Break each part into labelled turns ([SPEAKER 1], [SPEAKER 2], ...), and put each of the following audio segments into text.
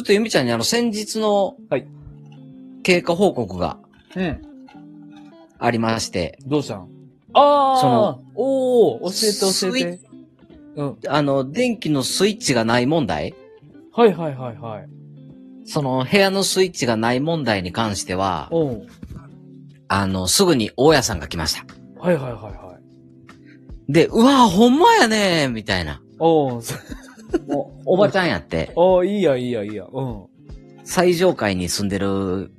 [SPEAKER 1] っとゆみちゃんにあの、先日の、
[SPEAKER 2] はい。
[SPEAKER 1] 経過報告が
[SPEAKER 2] うん。
[SPEAKER 1] ありまして、
[SPEAKER 2] どうしたんああ
[SPEAKER 1] その、
[SPEAKER 2] おお教えて
[SPEAKER 1] ス
[SPEAKER 2] 教
[SPEAKER 1] イ
[SPEAKER 2] えて。うん。
[SPEAKER 1] あの、電気のスイッチがない問題
[SPEAKER 2] はいはいはいはい。
[SPEAKER 1] その、部屋のスイッチがない問題に関しては、
[SPEAKER 2] おん。
[SPEAKER 1] あの、すぐに大家さんが来ました。
[SPEAKER 2] はいはいはいはい。
[SPEAKER 1] で、うわぁ、ほんまやねーみたいな。
[SPEAKER 2] お う
[SPEAKER 1] お、おばちゃんやって、
[SPEAKER 2] おういいやいいやいいや。うん。
[SPEAKER 1] 最上階に住んでる、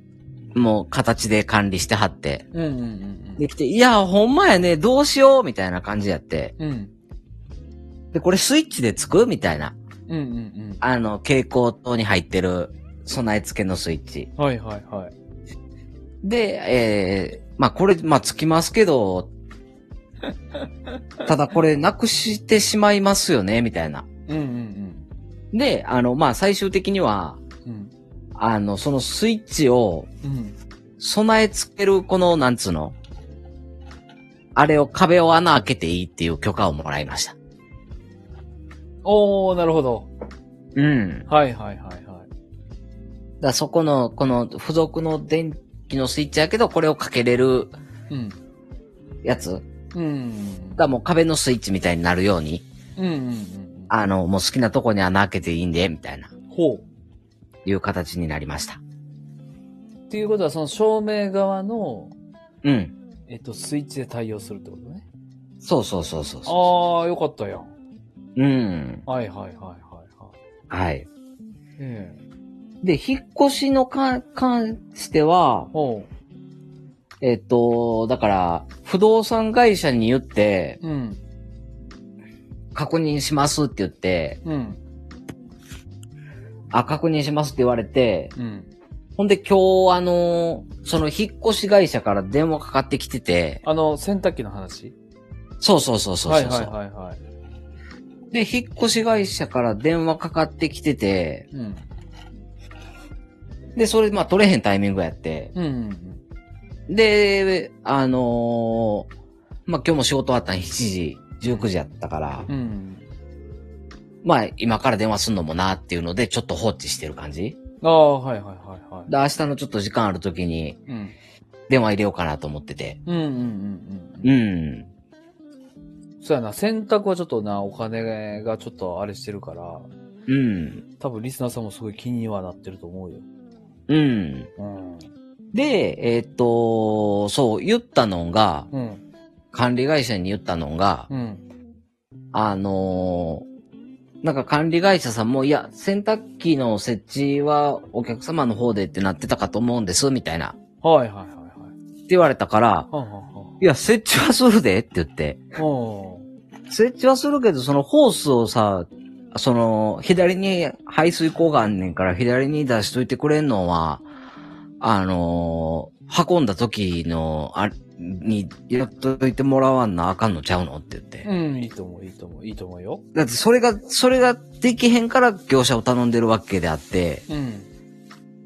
[SPEAKER 1] もう、形で管理してはって、
[SPEAKER 2] うんうんうん
[SPEAKER 1] できて、いやー、ほんまやねどうしようみたいな感じやって。
[SPEAKER 2] うん。うん。
[SPEAKER 1] で、これスイッチでつくみたいな。
[SPEAKER 2] うんうん
[SPEAKER 1] あの、蛍光灯に入ってる、備え付けのスイッチ。
[SPEAKER 2] うん。はいはいはい。
[SPEAKER 1] で、えー、まあ、これ、まあ、つきますけど、 ただこれなくしてしまいますよね、みたいな。
[SPEAKER 2] うんうん
[SPEAKER 1] で、あの、まあ、最終的には、
[SPEAKER 2] うん。うん。
[SPEAKER 1] あの、そのスイッチを
[SPEAKER 2] うん。
[SPEAKER 1] 備え付ける、この、なんつうの、あれを壁を穴開けていいっていう許可をもらいました。
[SPEAKER 2] おー、なるほど。
[SPEAKER 1] うん。だか
[SPEAKER 2] はいはいはいはい。
[SPEAKER 1] らそこの、この付属の電気のスイッチやけど、これをかけれる
[SPEAKER 2] うん。
[SPEAKER 1] やつ
[SPEAKER 2] うん。
[SPEAKER 1] がもう壁のスイッチみたいになるように、
[SPEAKER 2] うんうんうん
[SPEAKER 1] あの、もう好きなとこに穴開けていいんで、みたいな、
[SPEAKER 2] うん。ほう。
[SPEAKER 1] いう形になりました。
[SPEAKER 2] っていうことは、その照明側の、
[SPEAKER 1] うん。
[SPEAKER 2] えっと、スイッチで対応するってことね。
[SPEAKER 1] そうそうそうそうそ
[SPEAKER 2] ああ、よかったやん。
[SPEAKER 1] う。うん。
[SPEAKER 2] はいはいはいはいはい。
[SPEAKER 1] はい。
[SPEAKER 2] ええ
[SPEAKER 1] で、引っ越しのか、関しては、
[SPEAKER 2] おう。
[SPEAKER 1] えっと、だから、不動産会社に言って、
[SPEAKER 2] うん。
[SPEAKER 1] 確認しますって言って、
[SPEAKER 2] うん。
[SPEAKER 1] あ、確認しますって言われて、
[SPEAKER 2] うん。
[SPEAKER 1] ほんで今日、あの、その引っ越し会社から電話かかってきてて、
[SPEAKER 2] あの、洗濯機の話
[SPEAKER 1] そうそうそうそうそうそう、
[SPEAKER 2] はいはいはいはい。
[SPEAKER 1] で、引っ越し会社から電話かかってきてて、
[SPEAKER 2] うん。
[SPEAKER 1] で、それ、まあ、取れへんタイミングやって。
[SPEAKER 2] うんうん
[SPEAKER 1] で、あのーまあ、今日も仕事あったん7時、19時やったから、
[SPEAKER 2] うん。うん。
[SPEAKER 1] まあ、今から電話すんのもなっていうので、ちょっと放置してる感じ。
[SPEAKER 2] ああ、はいはいはいはい。
[SPEAKER 1] で、明日のちょっと時間ある時に
[SPEAKER 2] うん。
[SPEAKER 1] 電話入れようかなと思ってて。
[SPEAKER 2] うんうんうんうん。
[SPEAKER 1] うん。
[SPEAKER 2] そうやな、洗濯はちょっとな、お金がちょっとあれしてるから、
[SPEAKER 1] うん。
[SPEAKER 2] 多分リスナーさんもすごい気にはなってると思うよ。
[SPEAKER 1] うん。
[SPEAKER 2] うん。
[SPEAKER 1] で、えーっと、そう、言ったのが、
[SPEAKER 2] うん。
[SPEAKER 1] 管理会社に言ったのが、
[SPEAKER 2] うん。
[SPEAKER 1] あのーなんか管理会社さんも、いや、洗濯機の設置はお客様の方でってなってたかと思うんです、みたいな。
[SPEAKER 2] はいはいはいはい。
[SPEAKER 1] って言われたから、
[SPEAKER 2] はんはんはん。
[SPEAKER 1] いや、設置はするでって言って。
[SPEAKER 2] おー
[SPEAKER 1] 設置はするけど、そのホースをさ、その、左に排水口があんねんから、左に出しといてくれんのは、あのー運んだ時の、あ、に、やっといてもらわんなあかんのちゃうのって言って。
[SPEAKER 2] うん、いいと思う、いいと思う、いいと思うよ。
[SPEAKER 1] だってそれが、それができへんから業者を頼んでるわけであって、
[SPEAKER 2] うん。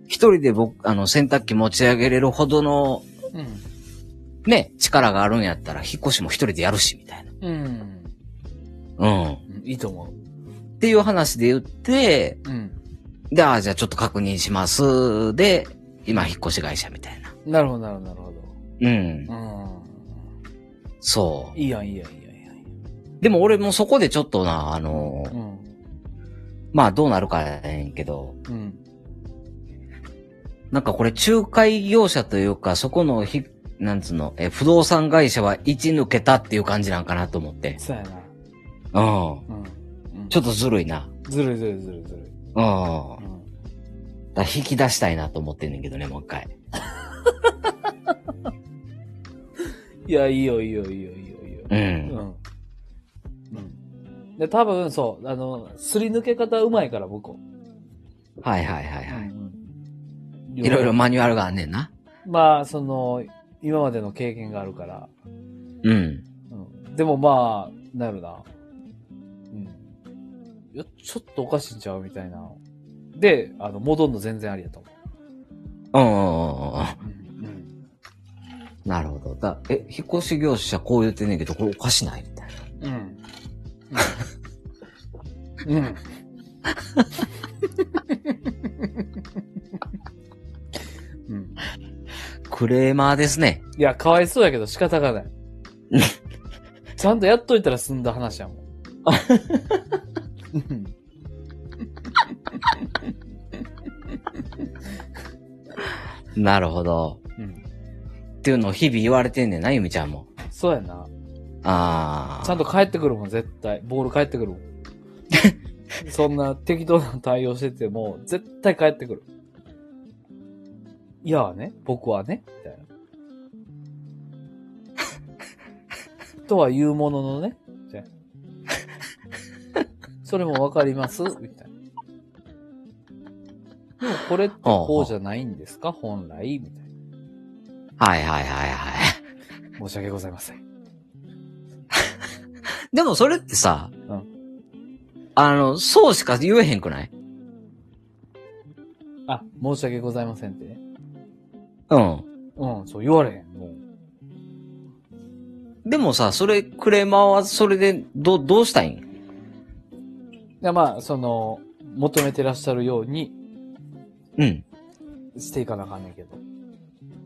[SPEAKER 1] 一人で僕、あの、洗濯機持ち上げれるほどの、
[SPEAKER 2] うん。
[SPEAKER 1] ね、力があるんやったら、引っ越しも一人でやるし、みたいな。
[SPEAKER 2] うん。
[SPEAKER 1] うん。っ
[SPEAKER 2] うんいいと思
[SPEAKER 1] ていう話で言って、
[SPEAKER 2] う。うん。
[SPEAKER 1] で、ああ、じゃあちょっと確認します。で、今、引っ越し会社みたいな。
[SPEAKER 2] なるほど、なるほど、なるほ
[SPEAKER 1] うん。
[SPEAKER 2] ど。
[SPEAKER 1] そ
[SPEAKER 2] うん。いいやん、いいやん、いいやん、いいやん。
[SPEAKER 1] う。でも俺もそこでちょっとな、あの
[SPEAKER 2] う
[SPEAKER 1] ー、
[SPEAKER 2] ん。
[SPEAKER 1] まあどうなるかやねんけど、
[SPEAKER 2] うん。
[SPEAKER 1] なんかこれ仲介業者というか、そこのひ、なんつうの、え、不動産会社は一抜けたっていう感じなんかなと思って。
[SPEAKER 2] そうやな。
[SPEAKER 1] うん。
[SPEAKER 2] うん。うん
[SPEAKER 1] ちょっとずるいな。
[SPEAKER 2] ずるいずるいずるいずる
[SPEAKER 1] う
[SPEAKER 2] い。
[SPEAKER 1] ん。だか
[SPEAKER 2] うん。
[SPEAKER 1] ら引き出したいなと思ってんねんけどね、もう一回。
[SPEAKER 2] いや、いいよ、いいよ、いいよ、いいよ、いいよ。
[SPEAKER 1] うん。
[SPEAKER 2] うん。うん。で、多分、そう、あの、すり抜け方うまいから、僕。は
[SPEAKER 1] はいはいはいはい。
[SPEAKER 2] い
[SPEAKER 1] いろいろ。マニュアルがあんねんな。
[SPEAKER 2] まあ、その、今までの経験があるから。
[SPEAKER 1] うん。
[SPEAKER 2] うん。でも、まあ、なるな。うん。いや、ちょっとおかしいんちゃうみたいな。で、あの、戻んの全然ありだと
[SPEAKER 1] う
[SPEAKER 2] 思
[SPEAKER 1] んうんうんうん。
[SPEAKER 2] う。うん。
[SPEAKER 1] なるほど。だ、え、引っ越し業者こう言ってんねんけど、これおかしないみたいな。
[SPEAKER 2] うん。うん。うん。
[SPEAKER 1] クレーマーですね。
[SPEAKER 2] いや、かわいそうやけど仕方がない。ちゃんとやっといたら済んだ話やもん。うん
[SPEAKER 1] なるほど。
[SPEAKER 2] うん。
[SPEAKER 1] っていうのを日々言われてんねんな、ゆみちゃんも。
[SPEAKER 2] そうやな。
[SPEAKER 1] ああ。
[SPEAKER 2] ちゃんと帰ってくるもん、絶対。ボール帰ってくるもん。そんな適当な対応してても、絶対帰ってくる。いやね、僕はね、みたいな。とは言うもののね、みたいな。それもわかりますみたいな。でもこれってこうじゃないんですか本来みた
[SPEAKER 1] は
[SPEAKER 2] い
[SPEAKER 1] いはいはいはい。
[SPEAKER 2] な。申し訳ございません。
[SPEAKER 1] でもそれってさ、
[SPEAKER 2] うん
[SPEAKER 1] あの、そうしか言えへんくない
[SPEAKER 2] あ、申し訳ございませんってね。
[SPEAKER 1] うん。
[SPEAKER 2] うん、そう言われへん、もう。
[SPEAKER 1] でもさ、それ、クレーマーはそれで、ど、どうしたいん
[SPEAKER 2] いやまあ、その、求めてらっしゃるように
[SPEAKER 1] うん。
[SPEAKER 2] していかなあかんねんけど。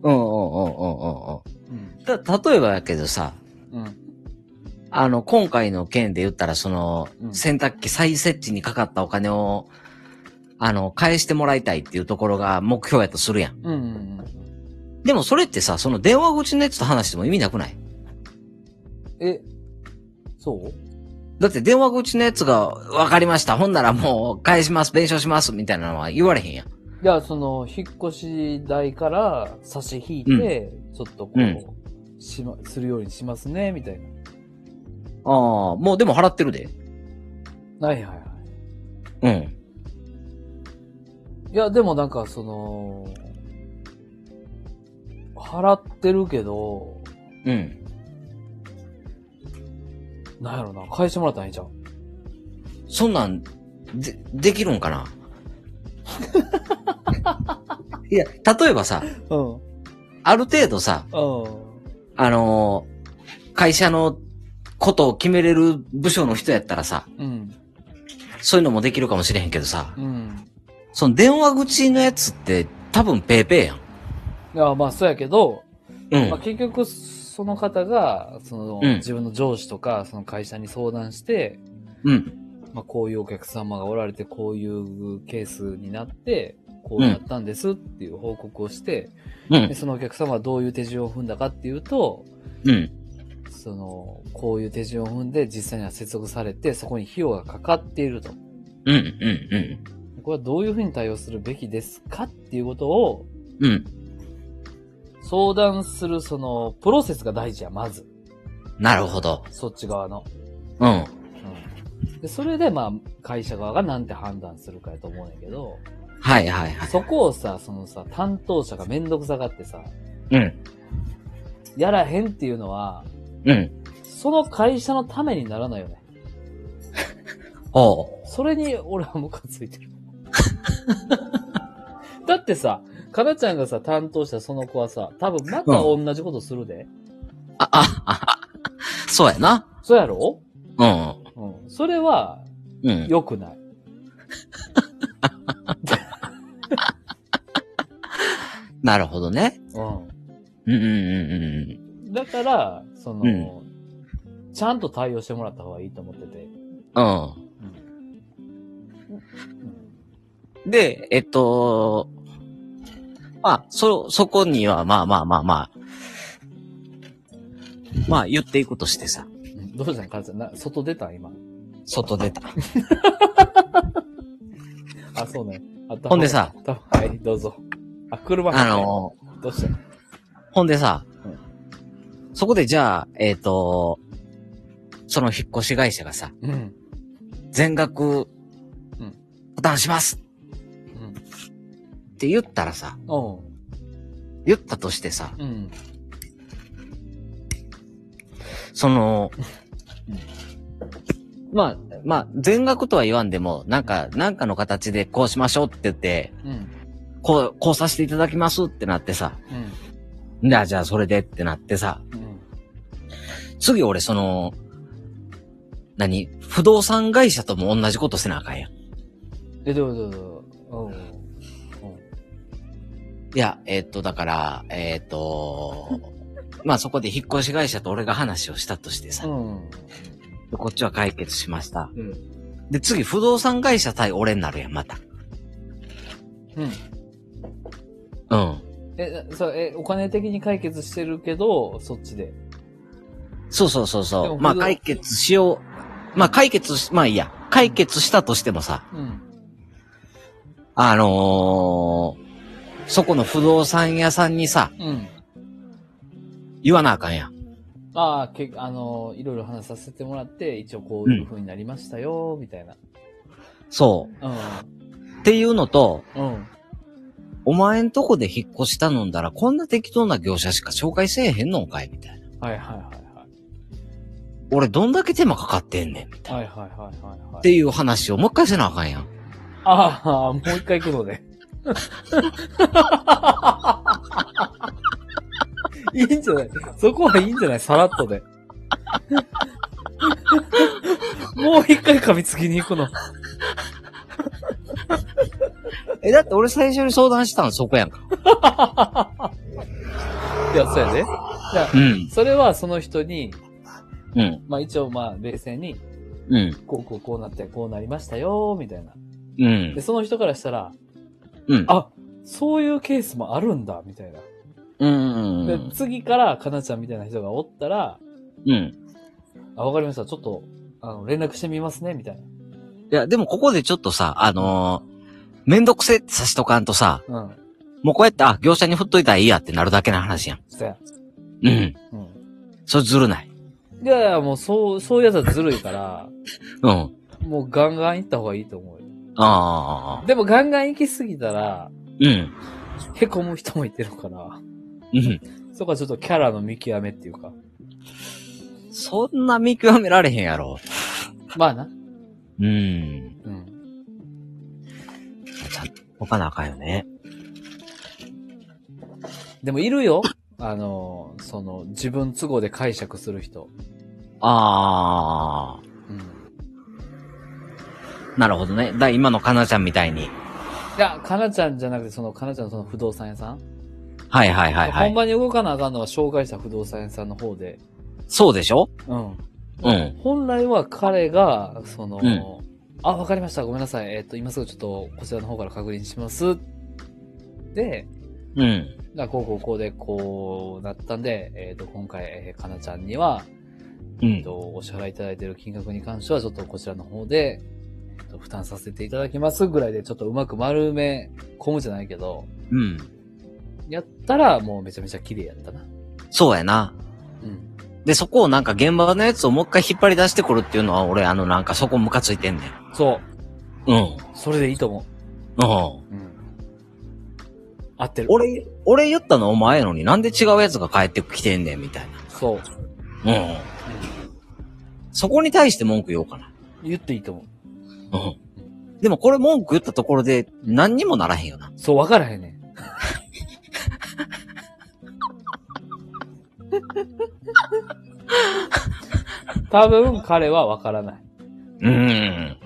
[SPEAKER 1] うんうんうんうんうんう
[SPEAKER 2] うん。
[SPEAKER 1] ん。た、例えばやけどさ、
[SPEAKER 2] うん。
[SPEAKER 1] あの、今回の件で言ったら、その、
[SPEAKER 2] うん
[SPEAKER 1] 洗濯機再設置にかかったお金を、あの、返してもらいたいっていうところが目標やとするやん。
[SPEAKER 2] うん、うんうん。
[SPEAKER 1] でもそれってさ、その電話口のやつと話しても意味なくない
[SPEAKER 2] え、そう
[SPEAKER 1] だって電話口のやつが、わかりました。ほんならもう、返します、弁償します、みたいなのは言われへんやん。
[SPEAKER 2] いや、その、引っ越し代から差し引いて、ちょっとこう、しま、するようにしますね、みたいな。
[SPEAKER 1] ああ、もうでも払ってるで。
[SPEAKER 2] はいはいは
[SPEAKER 1] うん。
[SPEAKER 2] い。いや、でもなんか、その、払ってるけど、
[SPEAKER 1] うん。
[SPEAKER 2] なんやろな、返してもらったらいいんちゃう
[SPEAKER 1] そんなん、で、できるんかな いや、例えばさ、
[SPEAKER 2] うん。
[SPEAKER 1] ある程度さ、
[SPEAKER 2] う
[SPEAKER 1] あのー会社のことを決めれる部署の人やったらさ、
[SPEAKER 2] ん。うん。
[SPEAKER 1] そういうのもできるかもしれへんけどさ、
[SPEAKER 2] うん。
[SPEAKER 1] その電話口のやつって多分ペーペーやん。
[SPEAKER 2] いや、まあ、そうやけど、
[SPEAKER 1] うん。
[SPEAKER 2] まあ、結局、その方が、その、
[SPEAKER 1] うん
[SPEAKER 2] 自分の上司とか、その会社に相談して、
[SPEAKER 1] うん。
[SPEAKER 2] まあ、こういうお客様がおられて、こういうケースになって、こうなったんですっていう報告をして、
[SPEAKER 1] う
[SPEAKER 2] で
[SPEAKER 1] ん。
[SPEAKER 2] そのお客様はどういう手順を踏んだかっていうと、
[SPEAKER 1] うん。
[SPEAKER 2] その、こういう手順を踏んで、実際には接続されて、そこに費用がかかっていると。
[SPEAKER 1] うん。うん。
[SPEAKER 2] これはどういうふうに対応するべきですかっていうことを、
[SPEAKER 1] うん。うん。
[SPEAKER 2] 相談する、その、プロセスが大事や、まず。
[SPEAKER 1] なるほど。
[SPEAKER 2] そっち側の。
[SPEAKER 1] うん。
[SPEAKER 2] うんでそれでまあ会社側がなんて判断するかやと思うんやけど、
[SPEAKER 1] はいはいはい。
[SPEAKER 2] そこをさ、そのさ、担当者がめんどくさがってさ、
[SPEAKER 1] うん。
[SPEAKER 2] やらへんっていうのは、
[SPEAKER 1] うん。
[SPEAKER 2] その会社のためにならないよね。
[SPEAKER 1] おう。
[SPEAKER 2] それに俺はムカつい てる。だってさ、かなちゃんがさ、担当したその子はさ、多分また同じことするで。
[SPEAKER 1] あ、あ、あ、 そうやな。
[SPEAKER 2] そうやろ
[SPEAKER 1] うん。
[SPEAKER 2] うん。それは、
[SPEAKER 1] うん。
[SPEAKER 2] 良くない。
[SPEAKER 1] なるほどね。
[SPEAKER 2] うん。
[SPEAKER 1] うんうんうん
[SPEAKER 2] だから、その、
[SPEAKER 1] う
[SPEAKER 2] ちゃんと対応してもらった方がいいと思ってて。
[SPEAKER 1] うん。うん。で、えっと、まあ、そ、そこには、まあまあまあまあ、まあ言っていくとしてさ、
[SPEAKER 2] うん どうしたんかちゃんな、外出たん今。
[SPEAKER 1] 外出た。
[SPEAKER 2] あ、そうね。あ
[SPEAKER 1] ほんでさ。
[SPEAKER 2] 頭はい、どうぞ。あ、車
[SPEAKER 1] あ、の、
[SPEAKER 2] どうしたん
[SPEAKER 1] ほんでさ
[SPEAKER 2] う、
[SPEAKER 1] そこでじゃあ、えっと、その引っ越し会社がさ、
[SPEAKER 2] うん。うん。
[SPEAKER 1] 全額
[SPEAKER 2] うん、
[SPEAKER 1] 負担しますって言ったらさ、
[SPEAKER 2] おう
[SPEAKER 1] 言ったとしてさ、
[SPEAKER 2] うん。
[SPEAKER 1] その
[SPEAKER 2] うん、
[SPEAKER 1] まあ、まあ、全額とは言わんでも、なんか、なんかの形でこうしましょうって言って、
[SPEAKER 2] うん。うん。
[SPEAKER 1] こう、こうさせていただきますってなってさ、じゃあ、じゃあそれでってなってさ、
[SPEAKER 2] うん。
[SPEAKER 1] 次俺その、何不動産会社とも同じことせなあかんやん。
[SPEAKER 2] え、どうぞどうぞ。おう
[SPEAKER 1] いや、えっと、だから、えっと、まあそこで引っ越し会社と俺が話をしたとしてさ、
[SPEAKER 2] うん。
[SPEAKER 1] でこっちは解決しました。
[SPEAKER 2] うん。
[SPEAKER 1] で、次、不動産会社対俺になるやん、また。
[SPEAKER 2] う
[SPEAKER 1] う
[SPEAKER 2] ん。
[SPEAKER 1] ん。
[SPEAKER 2] え、そう、え、お金的に解決してるけど、そっちで。
[SPEAKER 1] そうそうそう
[SPEAKER 2] で
[SPEAKER 1] そ
[SPEAKER 2] も
[SPEAKER 1] う。まあ
[SPEAKER 2] 不動
[SPEAKER 1] 解決しよう。まあ解決し、まあいいや。解決したとしてもさ、
[SPEAKER 2] うん。
[SPEAKER 1] あのー、そこの不動産屋さんにさ、
[SPEAKER 2] うん。
[SPEAKER 1] 言わなあかんやん。
[SPEAKER 2] ああ、け、あのー、いろいろ話させてもらって、一応こういう風になりましたよ、みたいな。
[SPEAKER 1] そうう。っていうのと、
[SPEAKER 2] ん。うん。
[SPEAKER 1] お前んとこで引っ越し頼んだら、こんな適当な業者しか紹介せえへんのんかいみたいな。
[SPEAKER 2] はいはいはい
[SPEAKER 1] 俺どんだけ手間かかってんねん。っ
[SPEAKER 2] はい。はいはいはいはい、はい。
[SPEAKER 1] ていう話をもう一回せなあかんやん。
[SPEAKER 2] ああ、もう一回行くのね。いいんじゃないそこはいいんじゃないさらっとで。もう一回噛みつきに行くの。
[SPEAKER 1] え、だって俺最初に相談したのそこやんか。
[SPEAKER 2] いや、そうやで。
[SPEAKER 1] うん。
[SPEAKER 2] それはその人に、
[SPEAKER 1] うん。
[SPEAKER 2] まあ一応まあ冷静に、
[SPEAKER 1] うん。
[SPEAKER 2] こうこうこうなって、こうなりましたよ、みたいな。
[SPEAKER 1] う
[SPEAKER 2] で、
[SPEAKER 1] ん。
[SPEAKER 2] その人からしたら、
[SPEAKER 1] うん。
[SPEAKER 2] あ、そういうケースもあるんだ、みたいな。
[SPEAKER 1] うん。う
[SPEAKER 2] で
[SPEAKER 1] ん、
[SPEAKER 2] 次から、かなちゃんみたいな人がおったら、
[SPEAKER 1] うん。
[SPEAKER 2] あ、わかりました。ちょっと、あの、連絡してみますね、みたい
[SPEAKER 1] いや、でもここでちょっとさ、あのー、めんどくせえってさしとかんとさ、
[SPEAKER 2] な。うん。
[SPEAKER 1] もうこうやって、あ、業者に振っといたらいいやってなるだけの話やん。
[SPEAKER 2] そや。
[SPEAKER 1] うん。
[SPEAKER 2] うん。
[SPEAKER 1] それずるない。
[SPEAKER 2] いやいや、もう、そう、そういうやつはずるいから、
[SPEAKER 1] うん。
[SPEAKER 2] もうガンガン行った方がいいと思うよ。
[SPEAKER 1] ああ。
[SPEAKER 2] でも、ガンガン行きすぎたら、
[SPEAKER 1] うん。
[SPEAKER 2] へこむ人もいてるから、
[SPEAKER 1] うん。
[SPEAKER 2] そこはちょっとキャラの見極めっていうか。
[SPEAKER 1] そんな見極められへんやろ。
[SPEAKER 2] まあな。
[SPEAKER 1] うん。
[SPEAKER 2] うん。
[SPEAKER 1] ちゃんと動かなあかんよね。
[SPEAKER 2] でも、いるよ。あの、その、自分都合で解釈する人。
[SPEAKER 1] あ
[SPEAKER 2] うん。
[SPEAKER 1] あ。なるほどね。だ、今のかなちゃんみたいに。
[SPEAKER 2] いや、かなちゃんじゃなくて、その、かなちゃんのその不動産屋さん。
[SPEAKER 1] はいはいはいは
[SPEAKER 2] 本
[SPEAKER 1] い。
[SPEAKER 2] 番に動かなあかんのは紹介した不動産屋さんの方で。
[SPEAKER 1] そうでしょ
[SPEAKER 2] うん。
[SPEAKER 1] うん。
[SPEAKER 2] 本来は彼が、その、
[SPEAKER 1] うん
[SPEAKER 2] あ、わかりました。ごめんなさい。えっ、と、今すぐちょっと、こちらの方から確認します。で、
[SPEAKER 1] うん。
[SPEAKER 2] だこうこうこうで、こうなったんで、えっ、と、今回、えーかなちゃんには、
[SPEAKER 1] う
[SPEAKER 2] えっ
[SPEAKER 1] ん。
[SPEAKER 2] と、お支払いいただいている金額に関しては、ちょっとこちらの方で、えっと負担させていただきますぐらいで、ちょっとうまく丸め込むじゃないけど、
[SPEAKER 1] うん。
[SPEAKER 2] やったら、もうめちゃめちゃ綺麗やったな。
[SPEAKER 1] そうやな。
[SPEAKER 2] うん。
[SPEAKER 1] で、そこをなんか現場のやつをもう一回引っ張り出してくるっていうのは、俺、あの、なんかそこムカついてんねん。
[SPEAKER 2] そう。
[SPEAKER 1] うん。
[SPEAKER 2] それでいいと思
[SPEAKER 1] うん。
[SPEAKER 2] う。うん。合ってる。
[SPEAKER 1] 俺、俺言ったのお前やのになんで違うやつが帰ってきてんねん、みたい
[SPEAKER 2] そう。
[SPEAKER 1] な。うん。そこに対して文句言おうかな。
[SPEAKER 2] 言っていいと思
[SPEAKER 1] うん。でもこれ文句言ったところで何にもならへんよな。
[SPEAKER 2] う。そう、分からへんね ん。多分彼は分からない。
[SPEAKER 1] うん。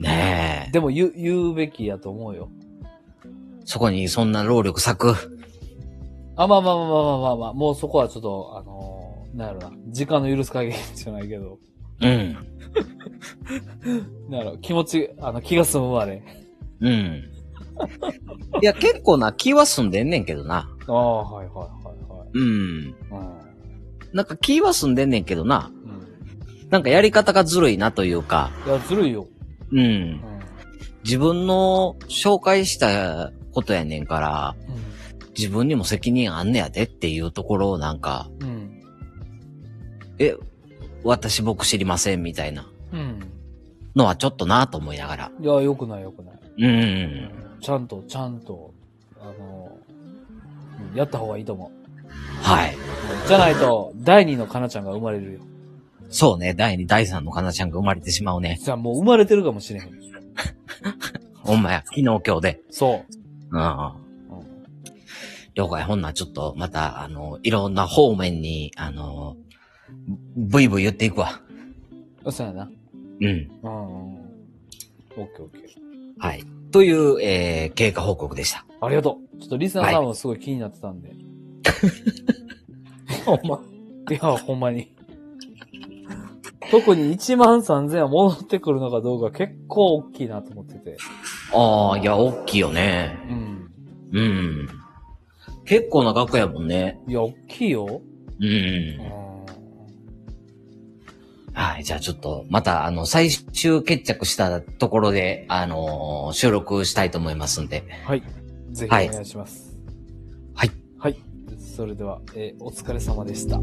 [SPEAKER 1] ねえ。
[SPEAKER 2] でも言う、言うべきやと思うよ。
[SPEAKER 1] そこにそんな労力割く。
[SPEAKER 2] あ、まあまあまあまあまあまあ、もうそこはちょっと、あのーなんやろな。時間の許す限りじゃないけど。
[SPEAKER 1] うん。
[SPEAKER 2] なんやろ、気持ち、あの、気が済むまで。
[SPEAKER 1] うん。いや、結構な気は済んでんねんけどな。
[SPEAKER 2] ああ、はいは
[SPEAKER 1] うん。
[SPEAKER 2] いはいはい。
[SPEAKER 1] なんか気は済んでんねんけどな。
[SPEAKER 2] うん。うん。
[SPEAKER 1] なんかやり方がずるいなというか。
[SPEAKER 2] いや、ずるいよ。
[SPEAKER 1] う。
[SPEAKER 2] うんん。
[SPEAKER 1] 自分の紹介したことやねんから、自分にも責任あんねやでっていうところをなんか、
[SPEAKER 2] うん。うん。
[SPEAKER 1] え、私僕知りませんみたいな
[SPEAKER 2] うん。
[SPEAKER 1] のはちょっとなと思いながら。
[SPEAKER 2] いや、よくないよくない。
[SPEAKER 1] うん。
[SPEAKER 2] ちゃんと、ちゃんと、あの、うんやった方がいいと思う。
[SPEAKER 1] はい。
[SPEAKER 2] じゃないと、第二のかなちゃんが生まれるよ。
[SPEAKER 1] そうね。第2、第3のかなちゃんが生まれてしまうね。
[SPEAKER 2] じゃあもう生まれてるかもしれへん。
[SPEAKER 1] ほんまや。昨日今日で。
[SPEAKER 2] そ
[SPEAKER 1] うん。
[SPEAKER 2] う。うん
[SPEAKER 1] 了解。ほんならちょっと、また、あの、いろんな方面に、あの、ブイブイ言っていくわ。
[SPEAKER 2] そうやな。
[SPEAKER 1] うん。
[SPEAKER 2] うんうん。オッケーオッケー。
[SPEAKER 1] はい。という、えー、経過報告でした。
[SPEAKER 2] ありがとう。ちょっとリスナーさんもすごい気になってたんで。
[SPEAKER 1] ほんま。
[SPEAKER 2] いや、ほんまに。特に1万3000は戻ってくるのかどうか結構大きいなと思ってて。
[SPEAKER 1] ああ、いや、大きいよね。
[SPEAKER 2] うん。
[SPEAKER 1] うん。結構な額やもんね。
[SPEAKER 2] いや、大きいよ。
[SPEAKER 1] うん
[SPEAKER 2] う。ん。
[SPEAKER 1] はい。じゃあちょっと、また、あの、最終決着したところで、あのー収録したいと思いますんで。
[SPEAKER 2] はい。ぜひお
[SPEAKER 1] はい
[SPEAKER 2] 願いします。
[SPEAKER 1] はい。
[SPEAKER 2] はい。それでは、えーお疲れ様でした。